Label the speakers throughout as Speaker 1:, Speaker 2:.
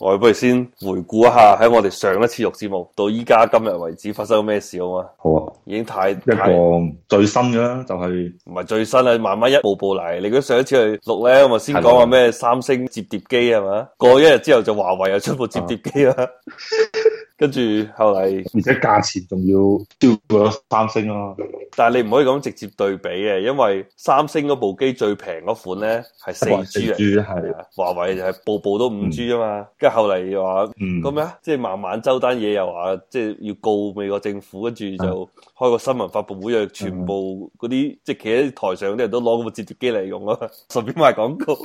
Speaker 1: 我哋不如先回顧一下喺我哋上一次錄節目到依家今日為止發生咩事好嘛？
Speaker 2: 好啊，
Speaker 1: 已經太
Speaker 2: 一
Speaker 1: 太
Speaker 2: 個最新嘅啦，就係
Speaker 1: 唔係最新啦，慢慢一步步嚟。你嗰上一次去錄
Speaker 2: 啊
Speaker 1: 咧，我咪先講話咩三星摺疊機啊係嘛？過一日之後就華為又出部摺疊 機啦，跟住後嚟，
Speaker 2: 而且價錢仲要超過咗三星咯、
Speaker 1: 但係你唔可以咁直接對比嘅，因為三星嗰部機最平嗰款咧係四 G 啊嚟，
Speaker 2: G 係，
Speaker 1: 華為就係步步都五 G 啊嘛。跟住後嚟又話
Speaker 2: 嗯，
Speaker 1: 咁咩啊？即係慢慢周單嘢又話，即係要告美國政府，跟住
Speaker 2: 嗯
Speaker 1: 就開個新聞發佈會，又全部嗰啲即係企喺台上嗰啲人都攞部折疊機嚟用咯， 順便賣廣 告。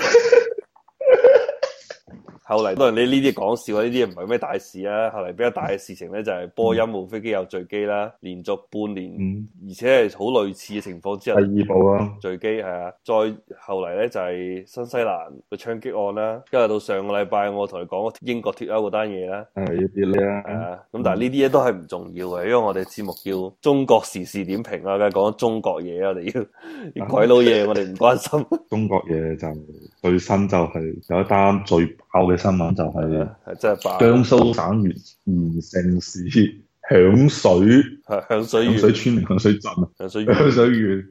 Speaker 1: 後嚟當然你呢啲講笑啊，呢啲嘢唔係咩大事啊。後嚟比較大嘅事情咧，就係波音無飛機有墜機啦，連續半年，
Speaker 2: 嗯，
Speaker 1: 而且係好類似嘅情況之
Speaker 2: 第
Speaker 1: 下
Speaker 2: 二部啦，
Speaker 1: 墜機係啊，再後嚟咧就係新西蘭嘅槍擊案啦，跟住到上個禮拜我同你講英國脱歐嗰單嘢啦。
Speaker 2: 係呢啲
Speaker 1: 係
Speaker 2: 咧，
Speaker 1: 啊，咁但係呢啲嘢都係唔重要嘅，因為我哋節目叫中國時事點評啦，梗係講中國嘢啊，我哋要 啲鬼佬嘢，我哋唔關 心。
Speaker 2: 中國嘢就最新就係有一單最爆嘅新聞，就係
Speaker 1: 係 真係爆
Speaker 2: 江蘇省鹽鹽城市響水
Speaker 1: 係響水
Speaker 2: 響
Speaker 1: 縣，
Speaker 2: 水村、響水鎮、
Speaker 1: 響水縣
Speaker 2: 響水縣。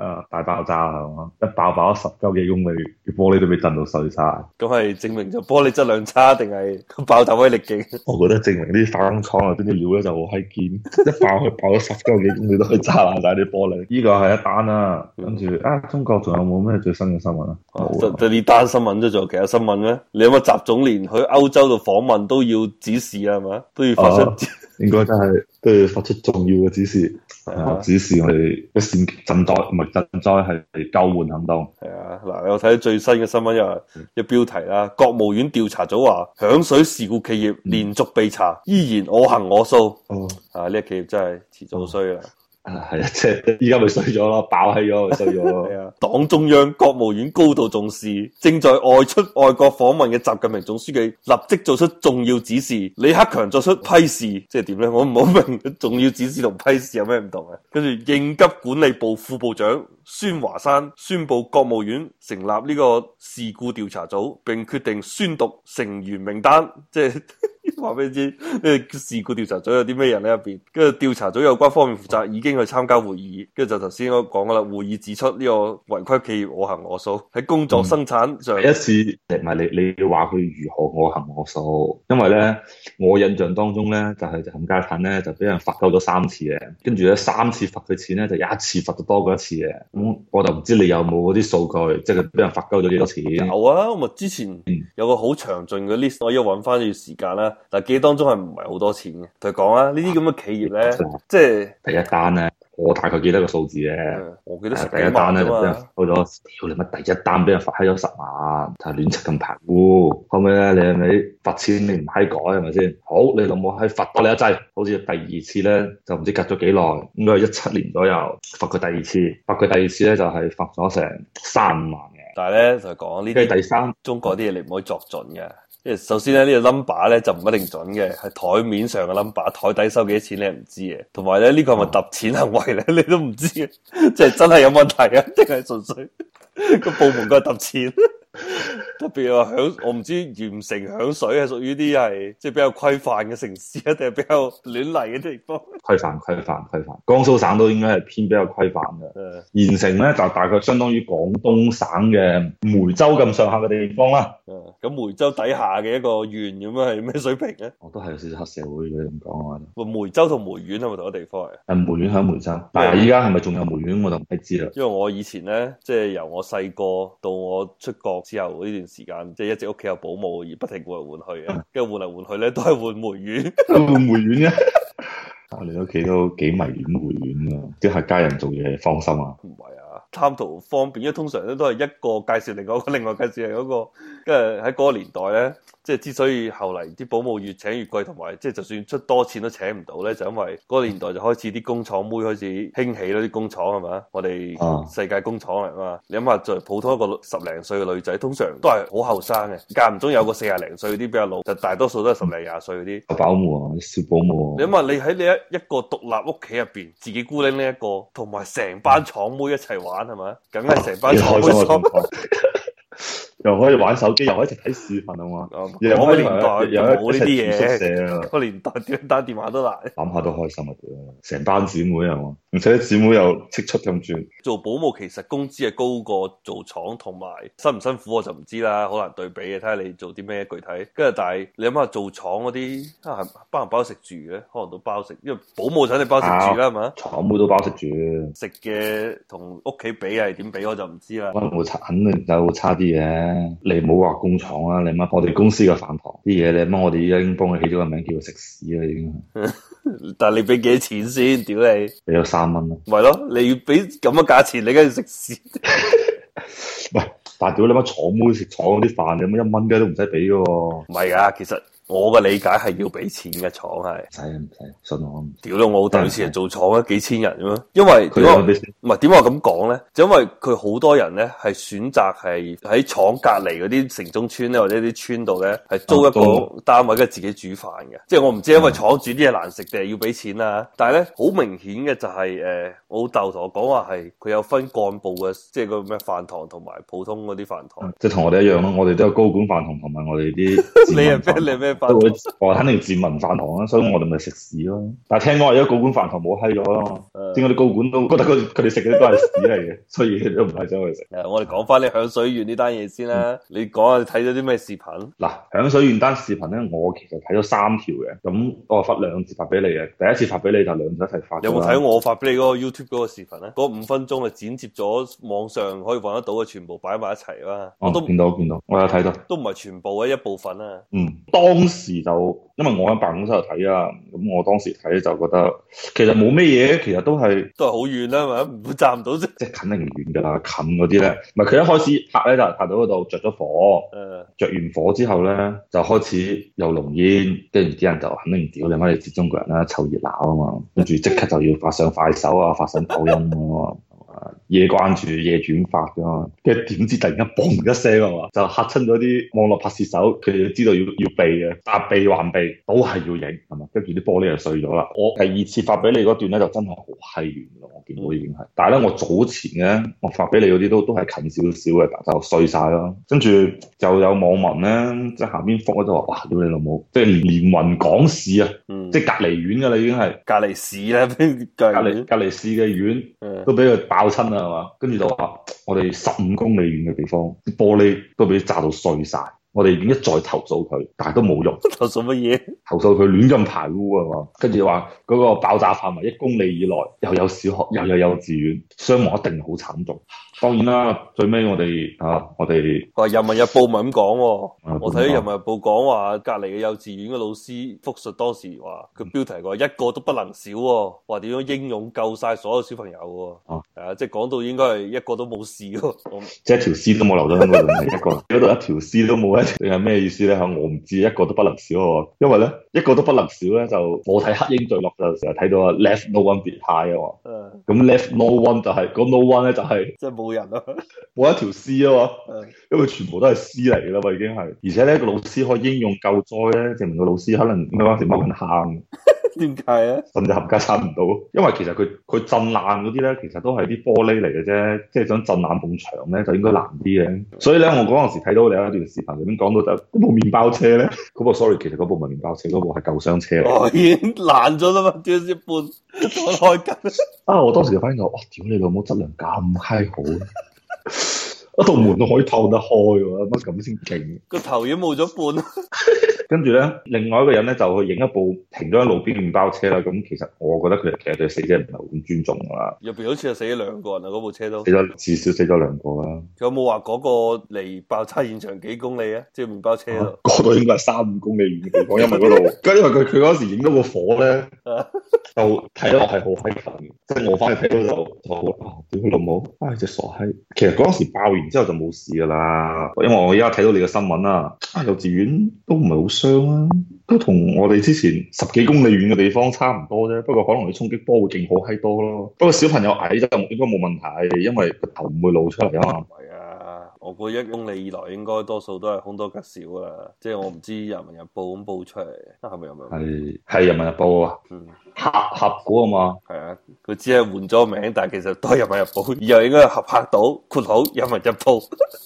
Speaker 2: 誒大爆炸啦，係嘛？一爆爆咗十鳩幾公里，啲玻璃都俾震到碎晒。
Speaker 1: 咁係證明咗玻璃質量差定係個爆炸威力勁？
Speaker 2: 我覺得證明啲化工廠入邊啲料咧就好閪堅， 一爆佢爆咗十鳩幾公里都可以炸爛晒啲玻璃。呢個係一單啦，跟住啊，中國仲有冇咩最新嘅新聞啊？
Speaker 1: 就
Speaker 2: 冇啦，
Speaker 1: 就呢單新聞啫，仲有其他新聞咩？你有冇習總連去歐洲度訪問都要指示啊？係嘛，都要發
Speaker 2: 哦
Speaker 1: 出
Speaker 2: 應該真係都要發出重要嘅指示， 啊指示我哋一線賑災，唔係賑災係救援行動。
Speaker 1: 係啊，嗱，我睇到最新嘅新聞又係一標題啦，國務院調查組話，響水事故企業連續被查，依然我行我素。
Speaker 2: 哦，
Speaker 1: 啊，呢、個企業真係遲早衰啦。
Speaker 2: 啊係啊，即係依家咪衰咗咯，爆起咗咪衰咗 咯。
Speaker 1: 係啊，黨中央、國務院高度重視，正在外出外國訪問嘅習近平總書記立即作出重要指示，李克強作出批示，即係點咧？我唔好明 重要指示同批示有咩唔同啊？跟住應急管理部副部長孫華山宣布國務院成立呢個事故調查組，並決定宣讀成員名單，即係。話俾你知，呢個事故調查組有啲咩人喺入邊？跟住調查組有關方面負責已經去參加會議，跟住就頭先我講噶啦，會議指出呢個違規企業我行我素喺工作嗯生產上，
Speaker 2: 第一次唔係你你要話佢如何我行我素，因為咧我印象當中咧就係就冚家產咧就俾人罰鳩咗三次嘅，跟住咧三次罰佢錢咧就一次罰得多過一次嘅，咁我就唔知你有冇嗰啲數據，即係佢俾人罰鳩咗幾多錢？
Speaker 1: 有啊，我咪之前
Speaker 2: 嗯
Speaker 1: 有個好詳盡嘅 list，我要揾翻要時間啦。但記得當中係唔係好多錢嘅？同佢講啊，呢啲咁嘅企業咧，
Speaker 2: 嗯
Speaker 1: 即係
Speaker 2: 第一單咧，我大概記得個數字嘅。
Speaker 1: 誒我記得十
Speaker 2: 誒
Speaker 1: 幾
Speaker 2: 啊第一
Speaker 1: 萬
Speaker 2: 單咧
Speaker 1: 啫
Speaker 2: 就俾人
Speaker 1: 嘛。
Speaker 2: 罰咗，屌你乜第一單俾人罰閪咗十萬，就係亂七咁排污。後尾咧你係咪罰錢你唔閪改係咪先？好，你老母閪罰多你一劑，好似第二次咧就唔知隔咗幾耐，應該係一七年左右罰佢第二次，罰佢第二次咧就係罰咗成三五萬嘅，
Speaker 1: 但係咧就係講呢啲
Speaker 2: 跟。住第三
Speaker 1: 中國啲嘢你唔可以作準嘅。即係首先咧，呢、個 number 咧就唔一定準嘅，係台面上嘅 number，台底收幾多錢你係唔知嘅。同埋咧，呢、個係咪揼錢行為咧，你都唔知嘅， 即係真係有問題啊，定係純粹 個部門佢係揼錢。 特別話響，我唔知鹽城響水係啊屬於啲係即係比較規範嘅城市啊，定係比較亂嚟嘅地方？
Speaker 2: 規範規範規範，江蘇省都應該係偏比較規範嘅。
Speaker 1: 誒，
Speaker 2: 鹽城咧就大概相當於廣東省嘅梅州咁上下嘅地方啦。
Speaker 1: 誒咁梅州底下嘅一個縣咁樣係咩水平咧？
Speaker 2: 我哦都係有少少黑社會嘅咁講啊。
Speaker 1: 梅州同梅縣係咪同一個地方嚟？
Speaker 2: 誒呃梅縣喺梅州，但係依家係咪仲有梅縣我就唔係 知啦。
Speaker 1: 因為我以前咧，即係由我細個到我出國之後呢段時間，即係一直屋企有保姆而不停換嚟換去嘅，跟住換嚟換去咧都係換梅縣，
Speaker 2: 梅啊縣嘅，我哋屋企啊都幾迷戀梅縣啊！啲客家人做嘢放心啊。
Speaker 1: 唔係啊，貪圖方便，因為通常咧都係一個介紹另外一個，另外介紹另外一個，跟住喺嗰個年代咧，即係之所以後嚟啲保姆越請越貴，同埋即係就算出多錢都請唔到咧，就因為嗰個年代就開始啲工廠妹開始興起啦，啲工廠係嘛，我
Speaker 2: 啊
Speaker 1: 哋世界工廠嚟嘛，你諗下就普通一個十零歲嘅女仔，通常都係好後生嘅，間唔中有個四廿零歲嗰啲比較老，就大多數都係十零廿歲嗰啲。
Speaker 2: 保姆啊，小保姆
Speaker 1: 你
Speaker 2: 啊，
Speaker 1: 諗下，你喺你一一個獨立屋企入邊，自己孤零零一個，同埋成班廠妹一齊玩係咪？梗係成班
Speaker 2: 幾
Speaker 1: 廠
Speaker 2: 開
Speaker 1: 妹
Speaker 2: 心啊！
Speaker 1: 爽
Speaker 2: 仲講 又可以玩手機，又可以一齊睇視頻啊嘛，
Speaker 1: 我
Speaker 2: 又可
Speaker 1: 哦嗰
Speaker 2: 以
Speaker 1: 年
Speaker 2: 又
Speaker 1: 代
Speaker 2: 可以
Speaker 1: 冇呢
Speaker 2: 一齊住宿
Speaker 1: 啲嘢，
Speaker 2: 舍啊。
Speaker 1: 嗰年代點打電話都難。
Speaker 2: 諗下都開心啊！屌，成班姊妹啊嘛，而且啲姊妹又識出咁轉，
Speaker 1: 做保姆其實工資係高過做廠，同埋辛唔辛苦我就唔知啦，好難對比嘅，睇下你做啲咩具體。跟住但係你諗下做廠嗰啲啊，係包唔包食住嘅？可能都包食，因為保姆肯定包食住啦，係嘛？
Speaker 2: 廠妹都包識住，
Speaker 1: 食嘅同屋企比係點比我就唔知啦。
Speaker 2: 可能會差，肯定就會差啲嘅。你唔好話工廠啊，你乜我哋公司嘅飯堂啲嘢，你乜我哋已經幫佢起咗個名叫做食屎啦，已經
Speaker 1: 但係你俾幾多錢先？屌你，
Speaker 2: 俾咗三蚊啦。
Speaker 1: 咪咯，你要俾咁嘅價錢，你梗係食屎。
Speaker 2: 喂，但係屌你乜廠妹食廠嗰啲飯，你乜一蚊雞都唔使俾嘅喎。
Speaker 1: 唔係啊噶，其實我嘅理解係要俾錢嘅廠係。
Speaker 2: 唔使啊唔使，信我。
Speaker 1: 屌到我老豆以前係做廠啊，幾千人咁樣。因為
Speaker 2: 佢
Speaker 1: 點解我
Speaker 2: 有啲
Speaker 1: 唔係點解我咁講咧？就因為佢好多人咧係選擇係喺廠隔離嗰啲城中村咧，或者啲村度咧係租一
Speaker 2: 哦
Speaker 1: 個單位，跟住自己煮飯嘅。即係我唔知，因為廠煮啲嘢難食定係要俾錢啦。但係咧好明顯嘅就係、呃我老豆同我講話係佢有分幹部嘅，即係個咩飯堂同埋普通嗰啲飯堂。
Speaker 2: 即係同我哋一樣咯，我哋都有高管飯堂同埋我哋啲自
Speaker 1: 你係
Speaker 2: 民飯堂
Speaker 1: 咩？你係咩飯堂
Speaker 2: 都會？我肯定自民飯堂啦，所以我哋咪食屎咯。但係聽講而家高管飯堂冇閪 咗啦嘛，
Speaker 1: 誒
Speaker 2: 點解啲高管都覺得佢佢哋食嘅都係屎嚟嘅，所以都唔係想去食。
Speaker 1: 誒我哋講翻你響水縣呢單嘢先啦。你講下你睇咗啲咩視頻？
Speaker 2: 嗱，響水縣單視頻咧，我其實睇咗三條嘅，咁我發兩次發俾你嘅，第一次發俾你就兩條一齊發。哦
Speaker 1: 有冇睇？我發俾你嗰個 YouTube 嗰個視頻咧？嗰五分鐘係剪接咗網上可以揾得到嘅，全部擺埋一齊啦。我
Speaker 2: 哦
Speaker 1: 都，
Speaker 2: 見到見到，我有睇到。
Speaker 1: 都唔係全部嘅一部分啊。
Speaker 2: 嗯，當時就因為我喺辦公室度睇啊，咁我當時睇就覺得其實冇咩嘢，其實都係
Speaker 1: 都係好遠啦，係咪？唔會站唔到啫。
Speaker 2: 即係近定唔遠㗎啦，近嗰啲咧，唔係佢一開始拍咧就係拍到嗰度着咗火，
Speaker 1: 誒，
Speaker 2: 着完火之後咧就開始有濃煙，跟住啲人就肯定屌你媽你接中國人啦，湊熱鬧啊嘛，跟住即刻就要發上快手啊，發上抖音啊嘛。夜關注、夜轉發㗎嘛，跟住點知突然間嘣一聲啊嘛，就嚇親咗啲網絡拍攝手，佢哋都知道要要避嘅，但避還避都係要影，係嘛？跟住啲玻璃就碎咗啦。我第二次發俾你嗰段咧，就真係好閪遠咯，我見到已經係。但係咧，我早前咧，我發俾你嗰啲都都係近少少嘅，但就碎晒咯。跟住就有網民咧，即係下邊覆嗰度話：哇！屌你老母，即係連雲港市啊，
Speaker 1: 嗯，
Speaker 2: 即
Speaker 1: 即
Speaker 2: 係隔離縣㗎啦，已經係
Speaker 1: 隔離市咧， 隔
Speaker 2: 隔離
Speaker 1: 離
Speaker 2: 隔離市嘅縣。
Speaker 1: 嗯
Speaker 2: 都俾佢爆親啦，係嘛？跟住就話我哋十五公里遠嘅地方，啲玻璃都俾炸到碎晒。我哋已經一再投訴佢，但係都冇用，
Speaker 1: 投訴乜嘢？
Speaker 2: 投訴佢亂咁排污啊嘛。跟住話嗰個爆炸範圍一公里以內，又有小學，又有幼稚園，傷亡一定好慘重。當然啦，最尾我哋啊，我哋
Speaker 1: 佢話《人民日報》咪咁講喎。
Speaker 2: 啊
Speaker 1: 我睇《人民日報》講話，隔離嘅幼稚園嘅老師復述當時話，佢標題話一個都不能少喎、話點樣英勇救晒所有小朋友喎、
Speaker 2: 哦
Speaker 1: 啊，即係講到應該係一個都冇事喎、我
Speaker 2: 即係一條絲都冇留咗喺嗰度，係一個嗰度一條絲都冇咧，你係咩意思咧？嚇，我唔知，一個都不能少喎。因為咧，一個都不能少咧，就我睇黑鷹墜落就成日睇到啊，left no one behind 啊嘛。
Speaker 1: 誒
Speaker 2: 咁 left no one 就係、嗰 no one 咧就係、
Speaker 1: 即係冇人啊咯、
Speaker 2: 冇一條絲啊嘛，
Speaker 1: 嗯
Speaker 2: 因為全部都係絲嚟㗎啦嘛已經係，而且咧個老師可以應用救災咧，證明個老師可能咩嗰時踎緊喊，
Speaker 1: 點解啊咧？
Speaker 2: 甚至冚家鏟唔到，因為其實佢佢震爛嗰啲咧，其實都係啲玻璃嚟嘅啫，即係想震爛埲牆咧就應該難啲嘅，所以咧我嗰陣時睇到你有一段視頻裏面講到就嗰部麵包車咧， 嗰部 sorry 其實嗰部唔係麵包車，嗰部係救傷車嚟。
Speaker 1: 我哦已經爛咗啦嘛，掉一半，我開緊。
Speaker 2: 啊！我當時就反應到，哇！屌你老母，質量咁閪好， 一道門都可以透得開喎，乜咁先勁？
Speaker 1: 個頭已經冇咗半，
Speaker 2: 跟住咧，另外一個人咧就去影一部停咗喺路邊嘅麵包車啦。咁其實我覺得佢哋其實對死者唔係好咁尊重㗎啦，
Speaker 1: 入邊好似係死咗兩個人啊！嗰部 車都，
Speaker 2: 死咗至少死咗兩個啦。
Speaker 1: 佢有冇話嗰個離爆炸現場幾公里啊？即係麵包車度，
Speaker 2: 嗰度應該係三五公里遠嘅地方，因為嗰 度，因為佢佢嗰時影到個火咧，
Speaker 1: 啊
Speaker 2: 就睇落係好閪近嘅，即係我翻去睇到就就好啊屌佢老母，唉隻傻閪！其實嗰時爆完之後就冇事㗎啦，因為我而家睇到你嘅新聞啦，啊幼稚園都唔係好傷啊，都同我哋之前十幾公里遠嘅地方差唔多啫，不過可能你衝擊波會勁好閪多咯。不過小朋友矮就應該冇問題，因為個頭唔會露出嚟啊嘛。
Speaker 1: 係啊！我我估一公里以內應該多數都係凶多吉少啊！即係我唔知《人民日報》咁報出嚟，係咪《人民日報》？
Speaker 2: 係係人民日報啊，
Speaker 1: 嗯，
Speaker 2: 合合股啊嘛，
Speaker 1: 係啊，佢只係換咗名，但係其實都係《人民日報》，以後應該係合拍到括號《人民日報》。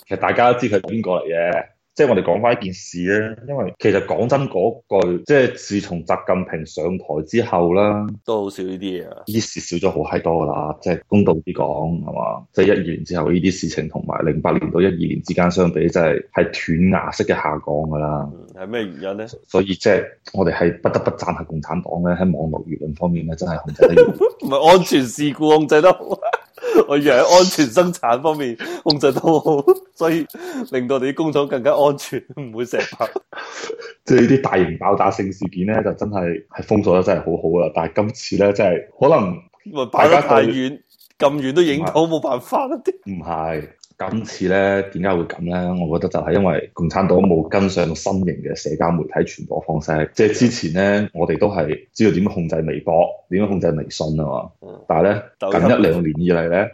Speaker 2: 其實大家都知佢係邊個嚟嘅。即係我哋講翻呢件事咧，因為其實講真嗰句，即係自從習近平上台之後啦，
Speaker 1: 都好少呢啲嘢啊。
Speaker 2: 呢啲事少咗好閪多噶啦，即係公道啲講係嘛？即係一二年之後呢啲事情同埋零八年到一二年之間相比，真係係斷崖式嘅下降噶啦。
Speaker 1: 嗯，係咩原因咧？
Speaker 2: 所以即係我哋係不得不讚下共產黨咧，喺網絡輿論方面咧，真係控制得越嚟越
Speaker 1: 唔係安全事故控制得好， 我以為喺安全生產方面控制得好，所以令到你啲工廠更加安全，唔會成日爆。
Speaker 2: 即係呢啲大型爆炸性事件咧，就真係係封鎖得真係好好啦。但係今次咧，真係可能
Speaker 1: 因為擺得太遠，咁遠都影到，冇辦法啦。啲
Speaker 2: 唔係今次咧，點解會咁咧？我覺得就係因為共產黨冇跟上新型嘅社交媒體傳播方式。即係之前咧，我哋都係知道點樣控制微博、點樣控制微信啊嘛
Speaker 1: 嗯。
Speaker 2: 但係咧，
Speaker 1: 抖音
Speaker 2: 近一兩年以嚟咧，